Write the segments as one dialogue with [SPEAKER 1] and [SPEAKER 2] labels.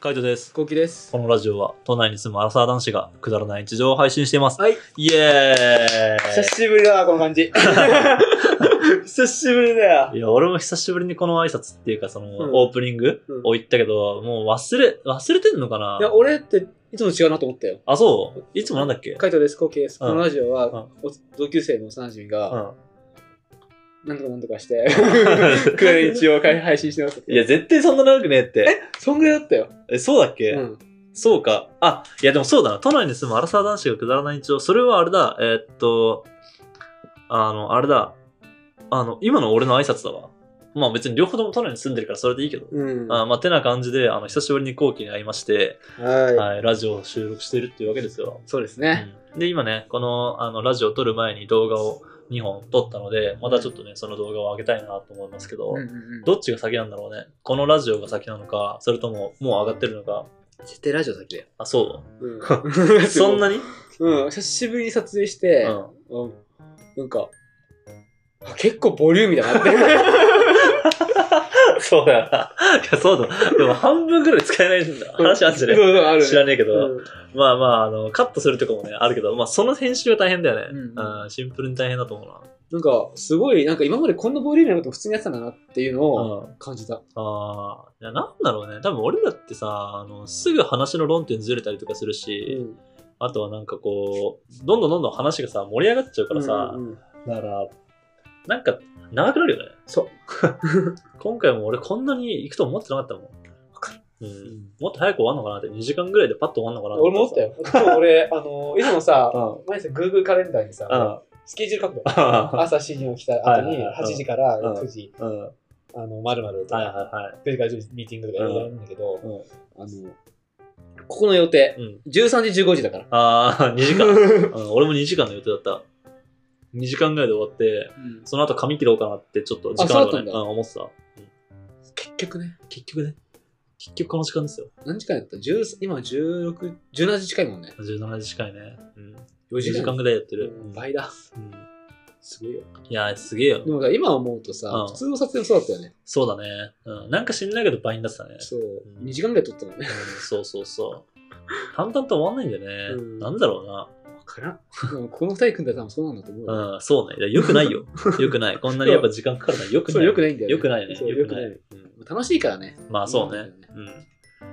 [SPEAKER 1] カイトです。
[SPEAKER 2] こうきです。
[SPEAKER 1] このラジオは都内に住むアラサー男子がくだらない日常を配信しています。
[SPEAKER 2] はい。
[SPEAKER 1] イエ
[SPEAKER 2] 久しぶりだな、この感 じ。久しぶりだ
[SPEAKER 1] ーイ
[SPEAKER 2] よ。
[SPEAKER 1] いや、俺も久しぶりにこの挨拶っていうか、その、
[SPEAKER 2] うん
[SPEAKER 1] オープニング
[SPEAKER 2] うん
[SPEAKER 1] を言ったけど、もう忘れ、忘れてんのかない
[SPEAKER 2] や、俺っていつも違うなと思ったよ。
[SPEAKER 1] あ、そういつもなんだっけ
[SPEAKER 2] カイトです、こうきです。
[SPEAKER 1] う
[SPEAKER 2] こ
[SPEAKER 1] ん
[SPEAKER 2] のラジオは、
[SPEAKER 1] うん
[SPEAKER 2] お同級生の幼馴染
[SPEAKER 1] う
[SPEAKER 2] が、
[SPEAKER 1] ん。
[SPEAKER 2] なんとかなんとかして、 くらい一応配信してます。
[SPEAKER 1] いや、、絶対そんな長くねえって。
[SPEAKER 2] そんぐらいだったよ。
[SPEAKER 1] え、そうだっけ、
[SPEAKER 2] うん。
[SPEAKER 1] そうか。あ、いやでもそうだな。都内に住むアラサー男子がくだらない日常。それはあれだ。えーっと、あの、あれだ。あの、今の俺の挨拶だわ。まあ別に両方とも都内に住んでるからそれでいいけど。
[SPEAKER 2] うん。
[SPEAKER 1] あまあてな感じで、あの、久しぶりに後期に会いまして、
[SPEAKER 2] は
[SPEAKER 1] はい、ラジオを収録しているっていうわけですよ
[SPEAKER 2] い。。そうですね。
[SPEAKER 1] うんで、今ね、この、あの、ラジオを撮る前に動画を2本撮ったので、またちょっとね、その動画を上げたいなと思いますけど、
[SPEAKER 2] うんうんうん
[SPEAKER 1] どっちが先なんだろうね。このラジオが先なのか、それとももう上がってるのか。
[SPEAKER 2] 絶対ラジオ先だよ。
[SPEAKER 1] あ、そう う。そんな
[SPEAKER 2] に
[SPEAKER 1] に
[SPEAKER 2] うん、久しぶりに撮影して、
[SPEAKER 1] うん
[SPEAKER 2] うん、なんか、あ結構ボリューミーだな って。
[SPEAKER 1] そうだよな。いや、そうだ。でも半分ぐらい使えないんだ。話あるんじゃ
[SPEAKER 2] そ
[SPEAKER 1] ね
[SPEAKER 2] うそう、あるね。
[SPEAKER 1] 知らねえけど、
[SPEAKER 2] うん
[SPEAKER 1] まあまあ、あの、カットするとかもね、あるけど、まあその編集は大変だよね。
[SPEAKER 2] うんうん
[SPEAKER 1] あーシンプルに大変だと思うな。
[SPEAKER 2] なんか、すごい、なんか今までこんなボリュームなこと普通にやってたんだなっていうのを
[SPEAKER 1] うん、
[SPEAKER 2] 感じた。
[SPEAKER 1] ああ、いや、なんだろうね。多分俺らってさ、あの、すぐ話の論点ずれたりとかする
[SPEAKER 2] う
[SPEAKER 1] し、
[SPEAKER 2] ん。
[SPEAKER 1] あとはなんかこう、どんどんどんどん話がさ、盛り上がっちゃうからさ、
[SPEAKER 2] うんうんうん
[SPEAKER 1] だから、なんか、長くなるよね。
[SPEAKER 2] そう。
[SPEAKER 1] 今回も俺こんなに行くと思ってなかったもん。うん、もっと早く終わんのかなって、2時間ぐらいでパッと終わんのかな
[SPEAKER 2] 俺も思った
[SPEAKER 1] よ。
[SPEAKER 2] よ。今日俺、あの、いつもさ、
[SPEAKER 1] う
[SPEAKER 2] 毎日 Google カレンダーに
[SPEAKER 1] ん。う
[SPEAKER 2] さ、
[SPEAKER 1] ん。
[SPEAKER 2] スケジュール書くの。
[SPEAKER 1] は
[SPEAKER 2] 朝7時に起きた後
[SPEAKER 1] はい
[SPEAKER 2] に、
[SPEAKER 1] はいはい
[SPEAKER 2] 8時から
[SPEAKER 1] うん
[SPEAKER 2] 9時、
[SPEAKER 1] いは
[SPEAKER 2] あの、まるまる
[SPEAKER 1] い
[SPEAKER 2] とか、
[SPEAKER 1] は
[SPEAKER 2] 9時から10時ミーティングとかいろいろやるんだけど
[SPEAKER 1] うんうん、
[SPEAKER 2] あの、ここの予定
[SPEAKER 1] い。、うん。
[SPEAKER 2] 13時15時だから。
[SPEAKER 1] ああ、2時 間。うん俺も2時間の予定だった。2時間ぐらいで終わって、その後髪切ろうかなってちょっと時間ある
[SPEAKER 2] あ
[SPEAKER 1] か
[SPEAKER 2] そうだったん
[SPEAKER 1] ね、
[SPEAKER 2] だ
[SPEAKER 1] うん思ってた。うん
[SPEAKER 2] 結局ね、
[SPEAKER 1] 結局ね、結局この時間ですよ。
[SPEAKER 2] 何時間やった ?13 今16、17時近いもんね。
[SPEAKER 1] 17時近いね。うん。
[SPEAKER 2] 4
[SPEAKER 1] 4時間ぐらいやってる。うん
[SPEAKER 2] 倍だ。
[SPEAKER 1] うん
[SPEAKER 2] すごいよ。
[SPEAKER 1] いやー、すげえよ
[SPEAKER 2] で。もさ、今思うとさ、
[SPEAKER 1] うん
[SPEAKER 2] 普通の撮影もそうだったよね。
[SPEAKER 1] そうだね。うん。なんか知んないけど倍になってたね。
[SPEAKER 2] そう
[SPEAKER 1] う。ん
[SPEAKER 2] 2時間ぐらい撮ったの
[SPEAKER 1] う
[SPEAKER 2] ね。
[SPEAKER 1] んそうそうそう。淡々と終わんないんだよ
[SPEAKER 2] う
[SPEAKER 1] ね
[SPEAKER 2] ん。
[SPEAKER 1] なんだろうな。
[SPEAKER 2] わからん。でもこの二人組んだら多分そうなんだと思うよ。
[SPEAKER 1] うん、そうね。いやよくない よ。よくない。こんなにやっぱ時間かかるのはよく
[SPEAKER 2] そ
[SPEAKER 1] な
[SPEAKER 2] う、
[SPEAKER 1] い。
[SPEAKER 2] よくないんだよね。
[SPEAKER 1] よくないね。
[SPEAKER 2] そう
[SPEAKER 1] よ
[SPEAKER 2] よ
[SPEAKER 1] く
[SPEAKER 2] く
[SPEAKER 1] な。
[SPEAKER 2] ないい。楽しいからね。
[SPEAKER 1] まあそうね。
[SPEAKER 2] う
[SPEAKER 1] うん。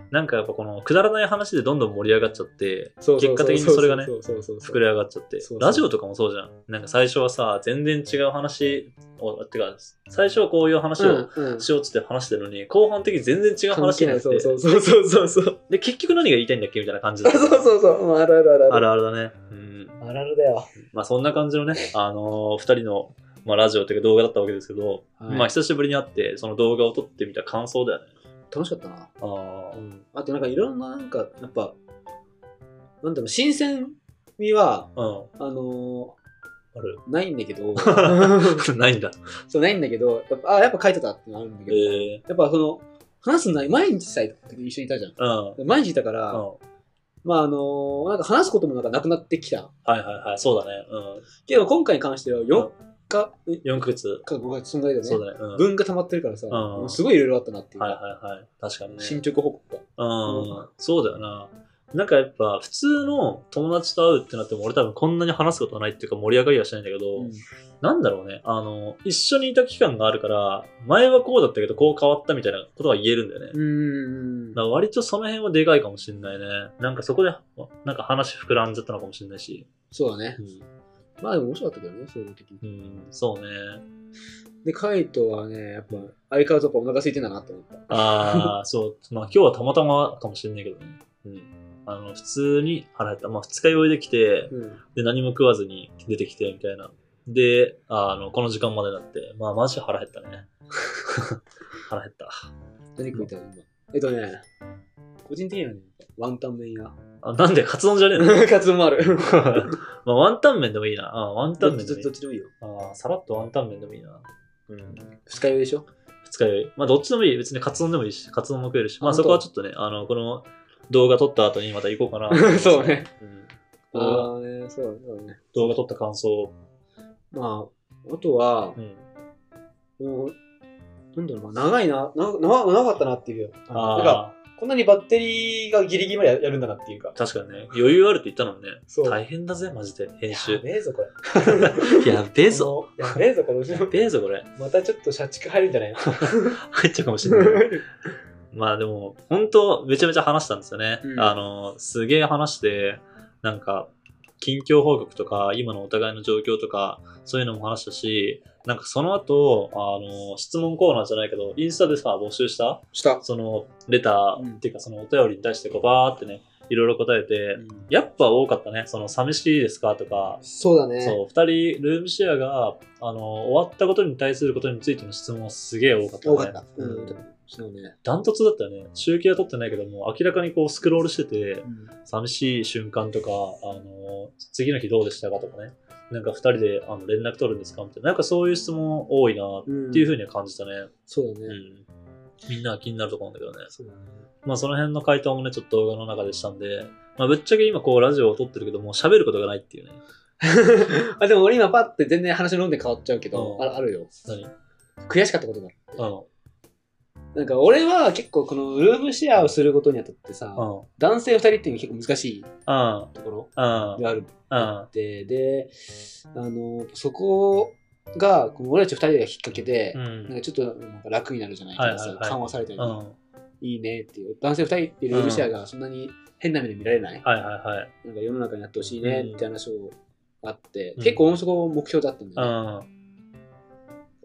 [SPEAKER 1] なんかやっぱこのくだらない話でどんどん盛り上がっちゃって、
[SPEAKER 2] そう
[SPEAKER 1] 結果的にそれがね、
[SPEAKER 2] そうそうそうそう
[SPEAKER 1] 膨れ上がっちゃって
[SPEAKER 2] そうそう、
[SPEAKER 1] ラジオとかもそうじゃん。なんか最初はさ、全然違う話を、てか、最初はこういう話を
[SPEAKER 2] うんうん
[SPEAKER 1] しようっつって話してるのに、後半的に全然違う
[SPEAKER 2] 関
[SPEAKER 1] 話
[SPEAKER 2] 係
[SPEAKER 1] に
[SPEAKER 2] な
[SPEAKER 1] なっ
[SPEAKER 2] い。
[SPEAKER 1] て
[SPEAKER 2] そう、そうそうそうそうそう。
[SPEAKER 1] で、結局何が言いたいんだっけみたいな感じだ
[SPEAKER 2] そう
[SPEAKER 1] った
[SPEAKER 2] そうそう。うんあるあるある
[SPEAKER 1] あるあるだね。うん。
[SPEAKER 2] ある。あるあるだよ。
[SPEAKER 1] まあそんな感じのね、あのー、二人の、まあ、ラジオというか動画だったわけですけど、
[SPEAKER 2] はい
[SPEAKER 1] まあ久しぶりに会って、その動画を撮ってみた感想だよね。
[SPEAKER 2] 楽しかったな。
[SPEAKER 1] あ
[SPEAKER 2] あとなんかいろんな、なんか、やっぱ、なんだろう、新鮮味は、
[SPEAKER 1] あ。うん。
[SPEAKER 2] あの
[SPEAKER 1] ある。
[SPEAKER 2] ー、ないんだけど、
[SPEAKER 1] ないんだ。
[SPEAKER 2] そう、ないんだけど、やっぱ、あ、やっぱ書いてたってのあるんだけど、
[SPEAKER 1] ええ
[SPEAKER 2] やっぱその、話すのない、毎日さ、一緒にいたじゃん。
[SPEAKER 1] うん。うん。
[SPEAKER 2] 毎日いたから、
[SPEAKER 1] は
[SPEAKER 2] まああのーなんか話すこともなんかなくなってきた。
[SPEAKER 1] いはいはい。そうだね。うん。
[SPEAKER 2] けど今回に関しては4日、え
[SPEAKER 1] 4ヶ月。
[SPEAKER 2] か5月、そんぐらいだ
[SPEAKER 1] そ
[SPEAKER 2] よ
[SPEAKER 1] う
[SPEAKER 2] ね。
[SPEAKER 1] だね。うん。
[SPEAKER 2] 分が溜まってるからさ、
[SPEAKER 1] うん
[SPEAKER 2] すごいいろいろあったなっていうか、
[SPEAKER 1] はいはいはい。確かにね。
[SPEAKER 2] 進捗報告が。
[SPEAKER 1] うん。そうだよな。なんかやっぱ普通の友達と会うってなっても俺多分こんなに話すことはないっていうか盛り上がりはしないんだけど、
[SPEAKER 2] うん
[SPEAKER 1] なんだろうね。あの、一緒にいた期間があるから、前はこうだったけどこう変わったみたいなことが言えるんだよね。
[SPEAKER 2] うーん。
[SPEAKER 1] だから割とその辺はでかいかもしんないね。なんかそこで、なんか話膨らんじゃったのかもしんないし。
[SPEAKER 2] そうだね。
[SPEAKER 1] うん。
[SPEAKER 2] まあでも面白かったけどね、総合的に。
[SPEAKER 1] うん、そうね。
[SPEAKER 2] で、カイトはね、やっぱ、相変わらずやっぱお腹空いてんだなって思った。
[SPEAKER 1] ああ、そう。まあ今日はたまたまかもしんないけどね。うん。あの、普通に腹減った。まあ二日酔いできて、
[SPEAKER 2] うん。
[SPEAKER 1] で、何も食わずに出てきて、みたいな。で、あの、この時間までになって、まあマジ腹減ったね。腹減った。
[SPEAKER 2] 何食いたの今。えっとね、個人的にはね、ワンタン麺や。
[SPEAKER 1] あなんで、カツ丼じゃねえの
[SPEAKER 2] カツ丼もある。
[SPEAKER 1] まあワンタン麺でもいいな。あワンタン
[SPEAKER 2] どっ
[SPEAKER 1] 麺
[SPEAKER 2] ち
[SPEAKER 1] で
[SPEAKER 2] ど
[SPEAKER 1] もいい。
[SPEAKER 2] っちでもいいよ。
[SPEAKER 1] あさらっとワンタン麺でもいいな。うん。
[SPEAKER 2] 二日酔いでしょ
[SPEAKER 1] 二日酔い。まあ、どっちでもいい。別にカツ丼でもいいし、カツ丼も食えるし。まあ、
[SPEAKER 2] 本
[SPEAKER 1] そ
[SPEAKER 2] 当
[SPEAKER 1] こはちょっとね、あの、この動画撮った後にまた行こうかな。
[SPEAKER 2] そうね。
[SPEAKER 1] うん。動画
[SPEAKER 2] ああね、そうだね。
[SPEAKER 1] 動画撮った感想。
[SPEAKER 2] まあ、あとは
[SPEAKER 1] う、ん。
[SPEAKER 2] もう、なんだろうな、長いな、な長長かったなっていう。あのなんか、
[SPEAKER 1] あ
[SPEAKER 2] こんなにバッテリーがギリギリまでやるんだなっていうか。
[SPEAKER 1] 確かにね、余裕あるって言ったのにね。
[SPEAKER 2] そう。
[SPEAKER 1] 大変だぜ、マジで。編
[SPEAKER 2] や
[SPEAKER 1] 集。
[SPEAKER 2] べえぞ、これ。
[SPEAKER 1] やべえぞ。
[SPEAKER 2] この。やべえぞ、この後
[SPEAKER 1] や
[SPEAKER 2] ろ。
[SPEAKER 1] べえぞ、これ。
[SPEAKER 2] またちょっと社畜入るんじゃないの
[SPEAKER 1] 入っちゃうかもしれない。まあでも、本当めちゃめちゃ話したんですよね。
[SPEAKER 2] うん
[SPEAKER 1] あの、すげえ話して、なんか、近況報告とか、今のお互いの状況とか、そういうのも話したし、なんかその後、あの、質問コーナーじゃないけど、インスタでさ、募集した、
[SPEAKER 2] した。
[SPEAKER 1] その、レター、
[SPEAKER 2] うん
[SPEAKER 1] っていうかそのお便りに対してこう、バーってね、いろいろ答えて、やっぱ多かったね、その、寂しいですかとか、
[SPEAKER 2] そうだね。
[SPEAKER 1] そう、二人、ルームシェアが、あの、終わったことに対することについての質問はすげえ多かったね。
[SPEAKER 2] 多かった。
[SPEAKER 1] うん
[SPEAKER 2] ん。そうね。
[SPEAKER 1] ダントツだったよね。集計は取ってないけども、明らかにこうスクロールしてて
[SPEAKER 2] う、ん
[SPEAKER 1] 寂しい瞬間とか、あの、次の日どうでしたかとかね。なんか二人であの連絡取るんですかみたいな。なんかそういう質問多いなっていうふうには感じたね。
[SPEAKER 2] そうだ
[SPEAKER 1] う
[SPEAKER 2] ね。
[SPEAKER 1] ん。みんなが気になるところなんだけどね。
[SPEAKER 2] そうだね。
[SPEAKER 1] まあその辺の回答もね、ちょっと動画の中でしたんで、まあぶっちゃけ今こうラジオを撮ってるけど、もう喋ることがないっていうね。
[SPEAKER 2] あでも俺今パッて全然話の論点変わっちゃうけど、
[SPEAKER 1] うん
[SPEAKER 2] ああるよ。
[SPEAKER 1] 何
[SPEAKER 2] 悔しかったことがある。
[SPEAKER 1] うん。
[SPEAKER 2] なんか俺は結構このルームシェアをすることにあたってさ、
[SPEAKER 1] うん。
[SPEAKER 2] 男性二人っていうのは結構難し
[SPEAKER 1] う
[SPEAKER 2] い
[SPEAKER 1] ん。
[SPEAKER 2] ところ
[SPEAKER 1] うん。
[SPEAKER 2] がある
[SPEAKER 1] うん。
[SPEAKER 2] って、で、あの、そこが、この俺たち二人がきっかけで、
[SPEAKER 1] うん
[SPEAKER 2] なんかちょっとなんか楽になるじゃないけどさ、
[SPEAKER 1] はいはいはい
[SPEAKER 2] 緩和されたり、
[SPEAKER 1] うん。
[SPEAKER 2] いいねっていう、男性二人っていうルームシェアがそんなに変な目で見られない、
[SPEAKER 1] はいはいはい。
[SPEAKER 2] なんか世の中になってほしいねって話をあって、
[SPEAKER 1] うん
[SPEAKER 2] 結構俺もそこ目標だったんだ
[SPEAKER 1] う
[SPEAKER 2] よね。
[SPEAKER 1] ん。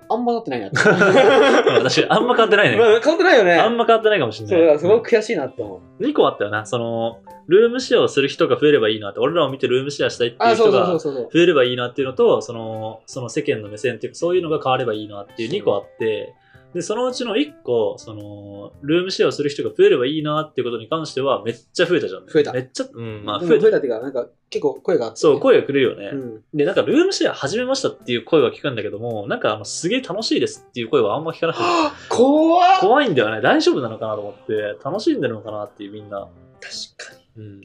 [SPEAKER 2] あんまなってないなって。
[SPEAKER 1] 私、あんま変わって ないね。
[SPEAKER 2] まあ、変わってないよね。
[SPEAKER 1] あんま変わってないかもしれ
[SPEAKER 2] そう、だか
[SPEAKER 1] な
[SPEAKER 2] ら
[SPEAKER 1] い。
[SPEAKER 2] すごく悔しいなって思う。
[SPEAKER 1] 2個あったよな。その、ルームシェアをする人が増えればいいなって、俺らを見てルームシェアしたいってい
[SPEAKER 2] あ、
[SPEAKER 1] う
[SPEAKER 2] そ
[SPEAKER 1] 人
[SPEAKER 2] うそうそ
[SPEAKER 1] が
[SPEAKER 2] うそう。
[SPEAKER 1] 増えればいいなっていうのと、その、その世間の目線っていうか、そういうのが変わればいいなっていう2個あって、で、そのうちの1個、その、ルームシェアをする人が増えればいいなっていうことに関しては、めっちゃ増えたじゃん。
[SPEAKER 2] 増えた
[SPEAKER 1] めっちゃ、うん、まあ
[SPEAKER 2] うん
[SPEAKER 1] 増え
[SPEAKER 2] 増
[SPEAKER 1] た。
[SPEAKER 2] えたっていうか、なんか結構声があって、
[SPEAKER 1] そう、声がくれるよね。
[SPEAKER 2] うん。
[SPEAKER 1] で、なんか、ルームシェア始めましたっていう声は聞くんだけども、なんか、あの、すげえ楽しいですっていう声はあんま聞かなくて、
[SPEAKER 2] はぁ怖っ
[SPEAKER 1] 怖いんだよね。大丈夫なのかなと思って、楽しんでるのかなっていうみんな。
[SPEAKER 2] 確かに、
[SPEAKER 1] うん。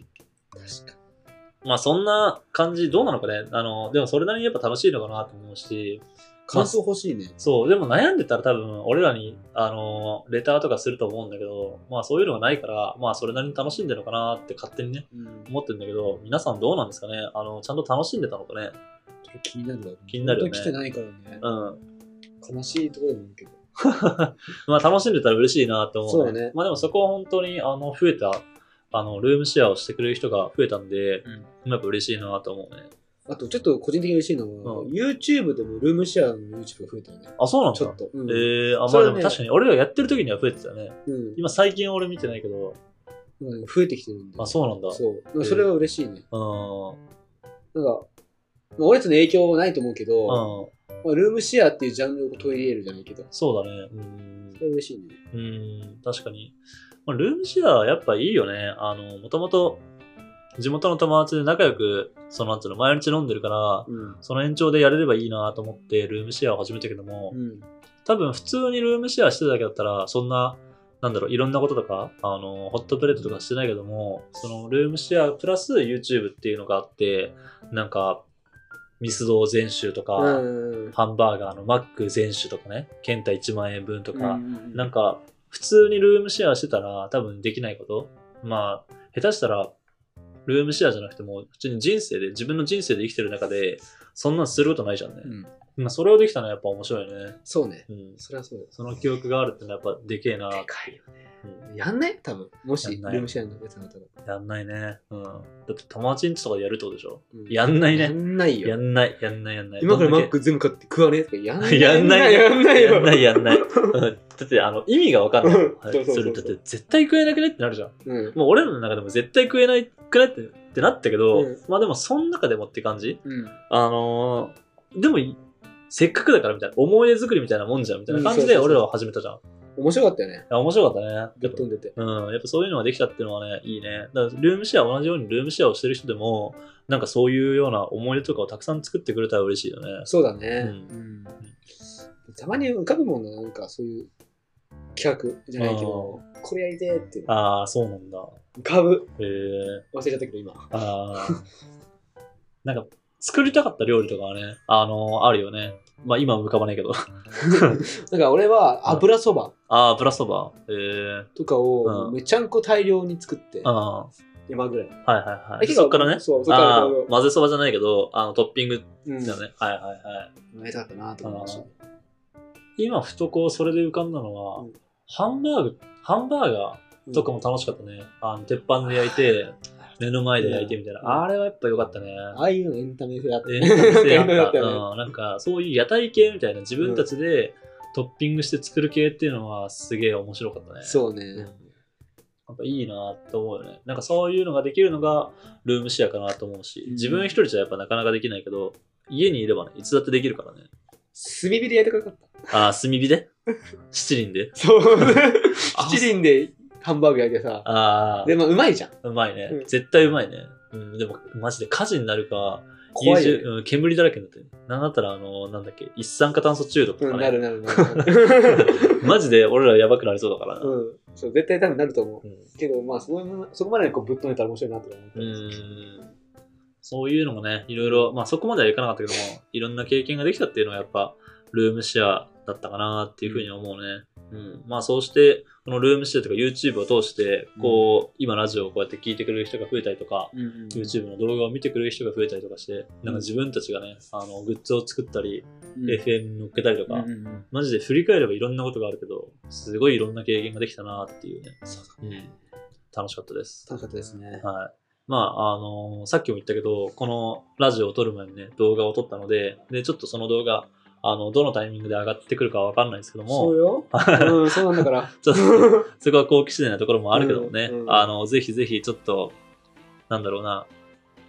[SPEAKER 2] 確か
[SPEAKER 1] まあそんな感じ、どうなのかね。あの、でもそれなりにやっぱ楽しいのかなと思うし、
[SPEAKER 2] に。
[SPEAKER 1] 感
[SPEAKER 2] 感
[SPEAKER 1] 想
[SPEAKER 2] 想欲しいね。
[SPEAKER 1] そう、でも悩んでたら多分俺らに、あの、レターとかすると思うんだけど、まあそういうのがないから、まあそれなりに楽しんでるのかなって勝手にね、
[SPEAKER 2] うん。
[SPEAKER 1] 思ってるんだけど、皆さんどうなんですかねあの、ちゃんと楽しんでたのかね
[SPEAKER 2] 気になるわ。
[SPEAKER 1] 気になるよね
[SPEAKER 2] 本当来てないからね。
[SPEAKER 1] うん。
[SPEAKER 2] 悲しいところでもあるけど。
[SPEAKER 1] まあ楽しんでたら嬉しいなって思う、
[SPEAKER 2] そうだね
[SPEAKER 1] まあでもそこは本当に、あの、増えた、あの、ルームシェアをしてくれる人が増えたんで、やっぱ嬉しいなと思うね。
[SPEAKER 2] あと、ちょっと個人的に嬉しいのは、
[SPEAKER 1] うん
[SPEAKER 2] YouTube でもルームシェアの YouTube が増えたよね。
[SPEAKER 1] あ、そうなんだ。
[SPEAKER 2] ちょっと。うん
[SPEAKER 1] ええあ、
[SPEAKER 2] そ
[SPEAKER 1] まあ
[SPEAKER 2] れ
[SPEAKER 1] で
[SPEAKER 2] はね
[SPEAKER 1] も確かに、俺らやってる時には増えてたね。
[SPEAKER 2] うん。
[SPEAKER 1] 今最近俺見てないけど、
[SPEAKER 2] なんかね増えてきてるんで。
[SPEAKER 1] あ、そうなんだ。う
[SPEAKER 2] そう。なんかそれは嬉しいね。
[SPEAKER 1] ん。
[SPEAKER 2] なんか、まあ俺たちの影響はないと思うけど、
[SPEAKER 1] うん。
[SPEAKER 2] まあ、ルームシェアっていうジャンルを取り入れるじゃないけど、
[SPEAKER 1] そうだね。うん
[SPEAKER 2] そ。れは嬉しいね。
[SPEAKER 1] うん。確かに。まあ、ルームシェアやっぱいいよね。あの、もともと地元の友達で仲良く、そのなんつうの、毎日飲んでるから、
[SPEAKER 2] うん。
[SPEAKER 1] その延長でやれればいいなと思ってルームシェアを始めたけども、
[SPEAKER 2] うん。
[SPEAKER 1] 多分普通にルームシェアしてただけだったら、そんな、なんだろう、いろんなこととか、あの、ホットプレートとかしてないけども、その、ルームシェアプラス YouTube っていうのがあって、なんか、ミスド全集とか、
[SPEAKER 2] うん。
[SPEAKER 1] ハンバーガーのマック全種とかね、ケンタ1万円分とか、
[SPEAKER 2] うん
[SPEAKER 1] なんか、普通にルームシェアしてたら多分できないこと。まあ、下手したら、ルームシェアじゃなくても、普通に人生で、自分の人生で生きてる中で、そんなんすることないじゃんね。
[SPEAKER 2] うん
[SPEAKER 1] まあ、それをできたのはやっぱ面白いね。
[SPEAKER 2] そうね。
[SPEAKER 1] うん。
[SPEAKER 2] それはそうだよ。
[SPEAKER 1] その記憶があるってのはやっぱでけえな。
[SPEAKER 2] でかいよね。
[SPEAKER 1] うん
[SPEAKER 2] やんない多分。もし、
[SPEAKER 1] や
[SPEAKER 2] ル
[SPEAKER 1] んない
[SPEAKER 2] ームシェアのやつだったら。
[SPEAKER 1] やんないね。うん。だって友達んちとかでやるってことでしょ
[SPEAKER 2] うん
[SPEAKER 1] やんないね
[SPEAKER 2] やんない
[SPEAKER 1] や
[SPEAKER 2] よ。
[SPEAKER 1] んない、やんない、やんない。
[SPEAKER 2] 今から
[SPEAKER 1] ど
[SPEAKER 2] マ
[SPEAKER 1] んだけ
[SPEAKER 2] ック全部買って食わねえとか、やんない。
[SPEAKER 1] やんない
[SPEAKER 2] やんないよ。
[SPEAKER 1] やんない、やんない。うんだって、あの、意味がわかんない。
[SPEAKER 2] うん
[SPEAKER 1] は
[SPEAKER 2] そう
[SPEAKER 1] い
[SPEAKER 2] そ
[SPEAKER 1] そ
[SPEAKER 2] うそう
[SPEAKER 1] れ、だって、絶対食えなくねってなるじゃん。
[SPEAKER 2] うん。
[SPEAKER 1] もう俺らの中でも絶対食えないくねってってなったけど、
[SPEAKER 2] うん
[SPEAKER 1] まあでも、その中でもって感じ
[SPEAKER 2] うん。
[SPEAKER 1] あのーでも、せっかくだからみたいな、思い出作りみたいなもんじゃんみたいな感じで
[SPEAKER 2] うんそうそうそう
[SPEAKER 1] 俺らは始めたじゃん。い
[SPEAKER 2] 面白かったよね。
[SPEAKER 1] や、面白かったね。やっ
[SPEAKER 2] ぶっ飛
[SPEAKER 1] ぱ
[SPEAKER 2] んでて。
[SPEAKER 1] うん、やっぱそういうのができたっていうのはね、いいね。だから、ルームシェア、同じようにルームシェアをしてる人でも、なんかそういうような思い出とかをたくさん作ってくれたら嬉しいよね。
[SPEAKER 2] そうだね。
[SPEAKER 1] う
[SPEAKER 2] うんたまに浮かぶもんな、なんかそういう企画じゃないけど、これやりてーっていうの
[SPEAKER 1] ああ、そうなんだ。
[SPEAKER 2] 浮かぶ。
[SPEAKER 1] へえ。
[SPEAKER 2] 忘れちゃったけど、今。
[SPEAKER 1] ああ。なんか、作りたかった料理とかはね、あのあるよね。まあ今は浮かばないけど。
[SPEAKER 2] だから俺は油そば
[SPEAKER 1] ああ、ブラそば。ええ
[SPEAKER 2] とかを
[SPEAKER 1] うん
[SPEAKER 2] めちゃんこ大量に作って、
[SPEAKER 1] あ
[SPEAKER 2] 山ぐらい。
[SPEAKER 1] あ、はいはいは
[SPEAKER 2] え
[SPEAKER 1] い。そっからね。
[SPEAKER 2] そう、そっから
[SPEAKER 1] ああ
[SPEAKER 2] こ、
[SPEAKER 1] 混ぜそばじゃないけど、あの、トッピング
[SPEAKER 2] う、うん。
[SPEAKER 1] だね。はいはいはい。
[SPEAKER 2] 食べたかったなと思いました。
[SPEAKER 1] 今、ふとこう、それで浮かんだのは、
[SPEAKER 2] うん
[SPEAKER 1] ハンバーグ、ハンバーガーとかも楽しかったね。あの、鉄板で焼いて、目の前で焼いてみたいな。
[SPEAKER 2] うん
[SPEAKER 1] あれはやっぱ良かったね。
[SPEAKER 2] ああいうのエンタメ性あって。
[SPEAKER 1] エンタメ性あっ。
[SPEAKER 2] エンタメだったたよ
[SPEAKER 1] うん、なんか、そういう屋台系みたいな自分たちでトッピングして作る系っていうのはすげえ面白かったね。
[SPEAKER 2] そうね。
[SPEAKER 1] んやっぱいいなって思うよね。なんかそういうのができるのがルームシェアかなと思うし、
[SPEAKER 2] うん
[SPEAKER 1] 自分一人じゃやっぱなかなかできないけど、家にいればね、いつだってできるからね。
[SPEAKER 2] 炭火で焼いてかかった。
[SPEAKER 1] ああ、炭火で 七輪で
[SPEAKER 2] そう。
[SPEAKER 1] あ
[SPEAKER 2] 七輪でハンバーグ焼いてさ。
[SPEAKER 1] あ
[SPEAKER 2] でもうまいじゃん。
[SPEAKER 1] あ、うまいね
[SPEAKER 2] うん。
[SPEAKER 1] 絶対うまいね。うん、でもマジで火事になるか、
[SPEAKER 2] 怖い
[SPEAKER 1] 家
[SPEAKER 2] よ
[SPEAKER 1] 中
[SPEAKER 2] ね。
[SPEAKER 1] うん、煙だらけになってる。なんだったらあの、なんだっけ、一酸化炭素中毒と
[SPEAKER 2] う
[SPEAKER 1] か
[SPEAKER 2] ん、
[SPEAKER 1] ね。
[SPEAKER 2] なるなるなる。
[SPEAKER 1] マジで俺らやばくなりそうだからな。
[SPEAKER 2] うん。そう、絶対多分なると思う。
[SPEAKER 1] うん
[SPEAKER 2] けど、まあ、そこまでそこまでこうぶっ飛んでたら面白いなとか思って
[SPEAKER 1] う
[SPEAKER 2] ます。
[SPEAKER 1] ーんそういうのもね、いろいろ、まあそこまではいかなかったけども、いろんな経験ができたっていうのはやっぱ、ルームシェアだったかなっていうふうに思うね。うん。まあそうして、このルームシェアとか YouTube を通して、こう、今ラジオをこうやって聞いてくれる人が増えたりとか、
[SPEAKER 2] うんうん
[SPEAKER 1] YouTube の動画を見てくれる人が増えたりとかして、なんか自分たちがね、あの、グッズを作ったり、
[SPEAKER 2] うん
[SPEAKER 1] FM に乗っけたりとか、
[SPEAKER 2] うんうんうん
[SPEAKER 1] マジで振り返ればいろんなことがあるけど、すごいいろんな経験ができたなっていうね。うん。楽しかったです。
[SPEAKER 2] 楽しかったですね。
[SPEAKER 1] はい。まあ、あのさっきも言ったけど、このラジオを撮る前にね、動画を撮ったので、で、ちょっとその動画、あの、どのタイミングで上がってくるかはわかんないですけど
[SPEAKER 2] そ
[SPEAKER 1] も、
[SPEAKER 2] う よ。うん、そうなんだから。
[SPEAKER 1] ちょっと、 そこは好奇心なところもあるけどもね、
[SPEAKER 2] うんうん
[SPEAKER 1] あの、ぜひぜひちょっと、なんだろうな、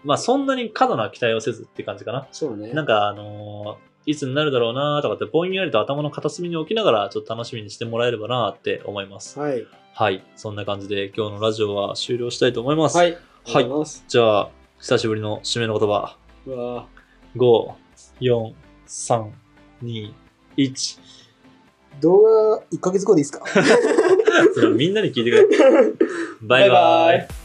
[SPEAKER 1] まあ、そんなに過度な期待をせずって感じかな。
[SPEAKER 2] そうね。
[SPEAKER 1] なんか、あのいつになるだろうなとかって、ぼんやりと頭の片隅に置きながら、ちょっと楽しみにしてもらえればなって思います。
[SPEAKER 2] はい。
[SPEAKER 1] はい。そんな感じで、今日のラジオは終了したいと思います。
[SPEAKER 2] はい。ありがとうございます。
[SPEAKER 1] じゃあ、久しぶりの締めの言葉。
[SPEAKER 2] うわ
[SPEAKER 1] 5、4、3、2、1。
[SPEAKER 2] ー動画1ヶ月後でいいですか
[SPEAKER 1] それみんなに聞いてくれ。バイバ
[SPEAKER 2] バイバ
[SPEAKER 1] イ
[SPEAKER 2] イ。